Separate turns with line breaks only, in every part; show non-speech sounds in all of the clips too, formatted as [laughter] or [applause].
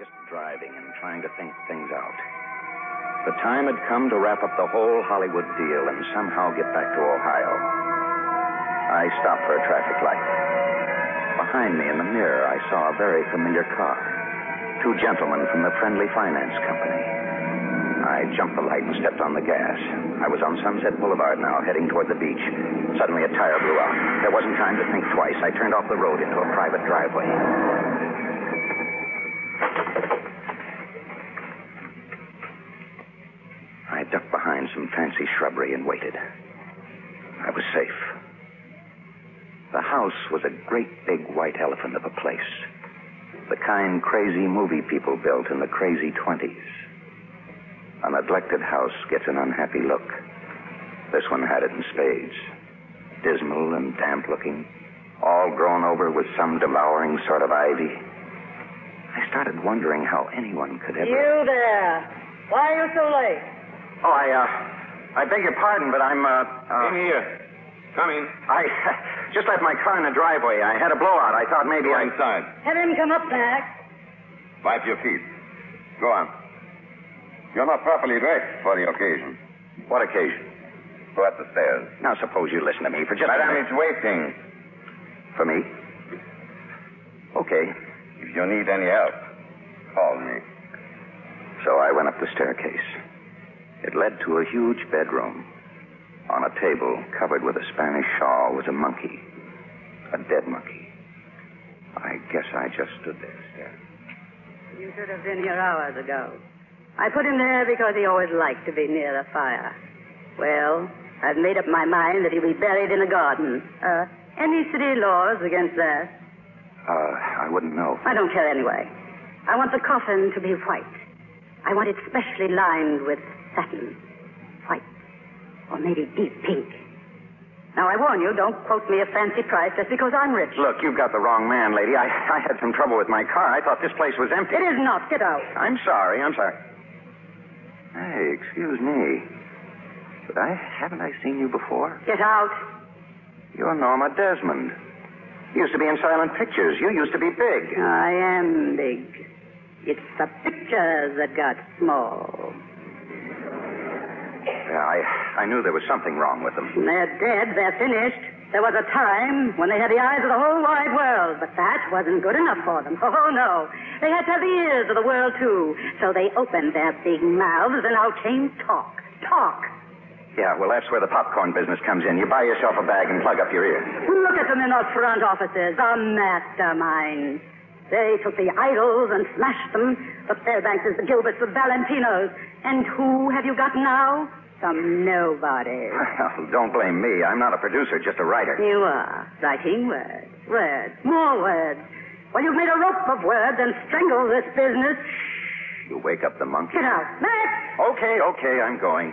just driving and trying to think things out. The time had come to wrap up the whole Hollywood deal and somehow get back to Ohio. I stopped for a traffic light. Behind me in the mirror, I saw a very familiar car. Two gentlemen from the Friendly Finance Company. I jumped the light and stepped on the gas. I was on Sunset Boulevard now, heading toward the beach. Suddenly, a tire blew out. There wasn't time to think twice. I turned off the road into a private driveway. I ducked behind some fancy shrubbery and waited. I was safe. The house was a great big white elephant of a place. The kind crazy movie people built in the crazy 20s. A neglected house gets an unhappy look. This one had it in spades. Dismal and damp looking, all grown over with some devouring sort of ivy. I started wondering how anyone could ever.
You there. Why are you so late?
Oh, I, uh, I beg your pardon, but I'm, uh, uh
In here. Come in.
I [laughs] just left my car in the driveway. I had a blowout. I thought maybe
Go
I.
inside.
Have him come up back.
Wipe your feet. Go on. You're not properly dressed for the occasion. What occasion? Go up the stairs.
Now suppose you listen to me for just. a
Madame
minute.
is waiting.
for me. Okay.
If you need any help, call me.
So I went up the staircase. It led to a huge bedroom. On a table covered with a Spanish shawl was a monkey, a dead monkey. I guess I just stood there staring.
You should have been here hours ago. I put him there because he always liked to be near a fire. Well, I've made up my mind that he'll be buried in a garden. Uh, any city laws against that?
Uh, I wouldn't know.
I don't care anyway. I want the coffin to be white. I want it specially lined with satin. White. Or maybe deep pink. Now, I warn you, don't quote me a fancy price just because I'm rich.
Look, you've got the wrong man, lady. I, I had some trouble with my car. I thought this place was empty.
It is not. Get out.
I'm sorry. I'm sorry. Hey, excuse me. But I haven't I seen you before?
Get out.
You're Norma Desmond. You used to be in silent pictures. You used to be big.
I am big. It's the pictures that got small.
Yeah, I I knew there was something wrong with them.
They're dead. They're finished. There was a time when they had the eyes of the whole wide world, but that wasn't good enough for them. [laughs] Oh, no. They had to have the ears of the world, too. So they opened their big mouths, and out came talk. Talk.
Yeah, well, that's where the popcorn business comes in. You buy yourself a bag and plug up your ear.
Look at them in those front offices, the masterminds. They took the idols and smashed them, the Fairbankses, the Gilberts, the Valentinos. And who have you got now? Some nobody.
Well, don't blame me. I'm not a producer, just a writer.
You are writing words, words, more words. Well, you've made a rope of words and strangled this business.
You wake up the monkey.
Get out, Max!
Okay, okay, I'm going.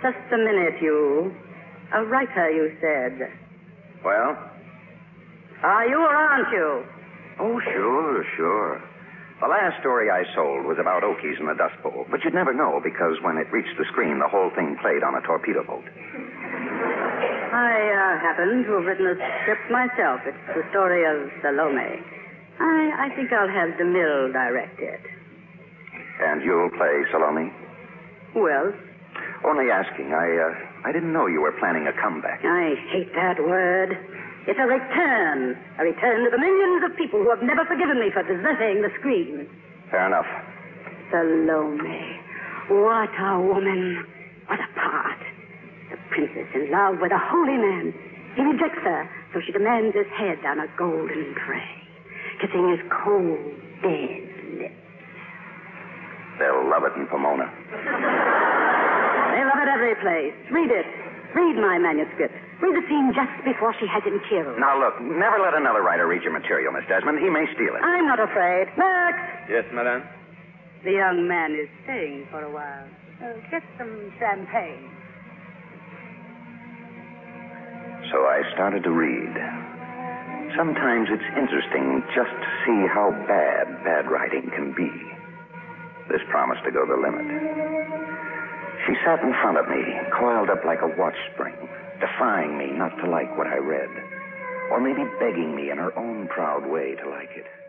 Just a minute, you. A writer, you said.
Well?
Are you or aren't you?
Oh, sure, sure. The last story I sold was about Okies and the Dust Bowl, but you'd never know because when it reached the screen, the whole thing played on a torpedo boat.
I uh, happen to have written a script myself. It's the story of Salome. I, I think I'll have DeMille direct it.
And you'll play Salome?
Who else?
Only asking. I, uh, I didn't know you were planning a comeback.
I hate that word. It's a return. A return to the millions of people who have never forgiven me for deserting the screen.
Fair enough.
Salome. What a woman. What a part. The princess in love with a holy man. He rejects her, so she demands his head on a golden tray, kissing his cold, dead lips.
They'll love it in Pomona.
They love it every place. Read it. Read my manuscript. Read the scene just before she has him killed.
Now, look, never let another writer read your material, Miss Desmond. He may steal it.
I'm not afraid. Max!
Yes, madame?
The young man is staying for a while. Uh, get some champagne.
So I started to read. Sometimes it's interesting just to see how bad bad writing can be. This promised to go the limit. She sat in front of me, coiled up like a watch spring, defying me not to like what I read, or maybe begging me in her own proud way to like it.